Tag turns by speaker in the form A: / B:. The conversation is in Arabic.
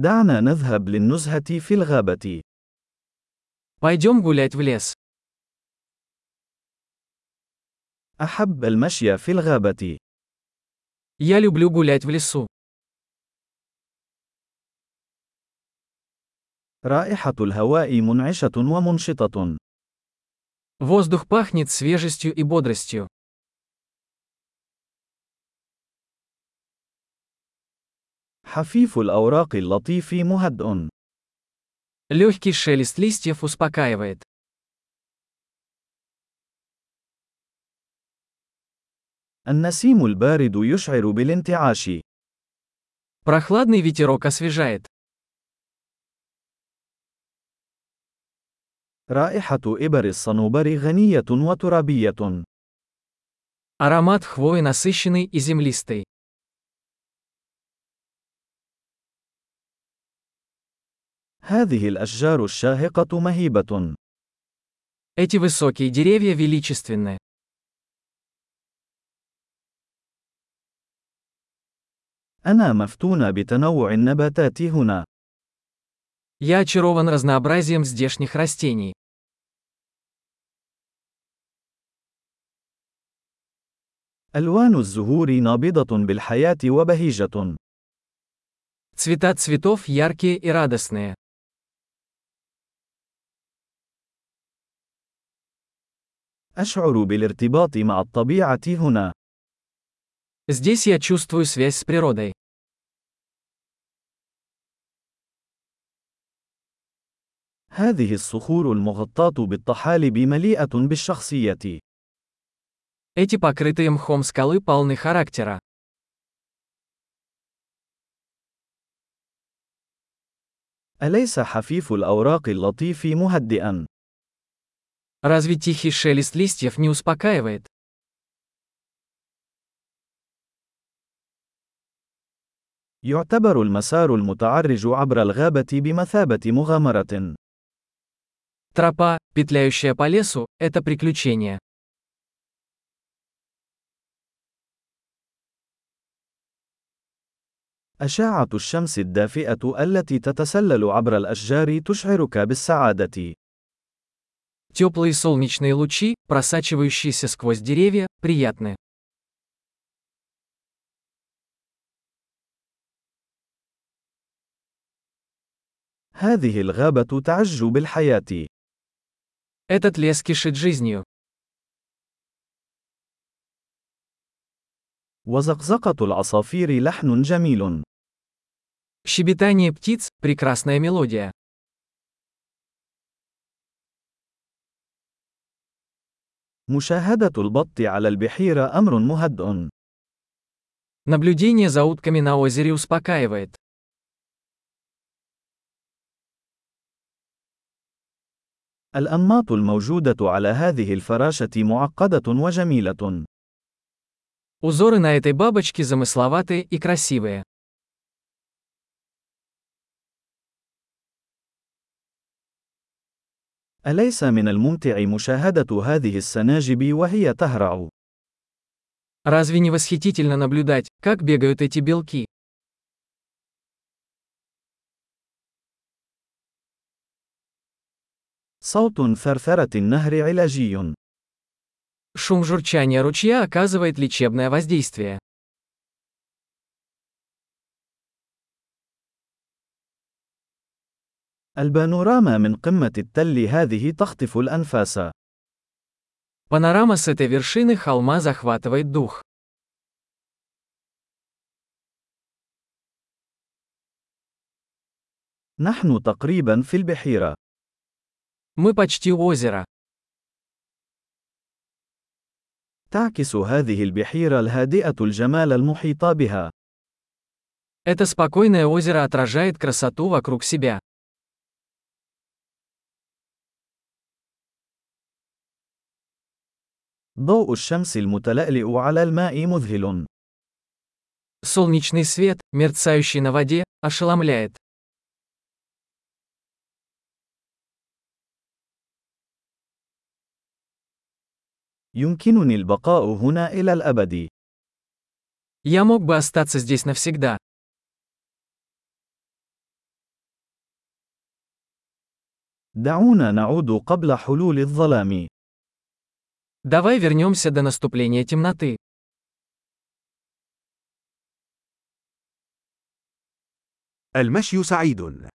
A: دعنا نذهب للنزهة في الغابة.
B: Пойдем гулять в лес.
A: أحب المشي في الغابة.
B: Я люблю гулять в лесу.
A: رائحة الهواء منعشة ومنشطة.
B: Воздух пахнет свежестью и бодростью.
A: حفيف الأوراق اللطيف مهدئ.
B: Легкий шелест листьев успокаивает.
A: النسيم البارد يشعر بالانتعاش.
B: Прохладный ветерок освежает.
A: رائحة إبر الصنوبر غنية وترابية.
B: Аромат хвои насыщенный и землистый.
A: هذه الأشجار الشاهقة مهيبة.
B: Эти высокие деревья величественны.
A: أنا مفتون بتنوع النباتات هنا.
B: Я очарован разнообразием здешних растений.
A: ألوان الزهور نابضة بالحياة وبهيجة.
B: Цвета цветов яркие и радостные.
A: أشعر بالارتباط مع الطبيعة هنا.
B: Здесь я чувствую связь с природой.
A: هذه الصخور المغطاة بالطحالب مليئة بالشخصية.
B: Эти покрытые мхом скалы полны характера.
A: أليس حفيف الأوراق اللطيف مهدئًا؟
B: Разве тихий шелест листьев не успокаивает?
A: يعتبر المسار المتعرج عبر الغابة بمثابة مغامرة.
B: Тропа, петляющая по лесу, это приключение.
A: أشعة الشمس الدافئة التي تتسلل عبر الأشجار تشعرك بالسعادة.
B: Теплые солнечные лучи, просачивающиеся сквозь деревья, приятны.
A: هذه الغابة تعج بالحياة.
B: Этот лес кишит жизнью.
A: وزقزقة العصافير لحن جميل.
B: Щебетание птиц – прекрасная мелодия.
A: مشاهدة البط على البحيرة أمر مهدئ.
B: Наблюдение за утками на озере успокаивает.
A: الأنماط الموجودة على هذه الفراشة معقدة وجميلة.
B: Узоры на этой бабочке замысловатые и красивые.
A: أليس من الممتع مشاهدة هذه السناجب وهي تهرع؟
B: Разве не восхитительно наблюдать, как бегают эти белки?
A: صوت ثرثرة النهر علاجي.
B: Шум журчания ручья оказывает лечебное воздействие.
A: البانوراما من قمة التل هذه تخطف الأنفاس.
B: Панорама с этой вершины холма захватывает дух.
A: نحن تقريبا في البحيرة.
B: Мы почти у озера.
A: تعكس هذه البحيرة الهادئة الجمال المحيط بها.
B: Это спокойное озеро отражает красоту вокруг себя.
A: ضوء الشمس المتلألئ على الماء مذهل.
B: Солнечный свет, мерцающий на воде, ошеломляет.
A: يمكنني البقاء هنا إلى الأبد.
B: Я мог бы остаться здесь навсегда.
A: دعونا نعود قبل حلول الظلام.
B: Давай вернемся до наступления темноты.
C: المشي سعيد.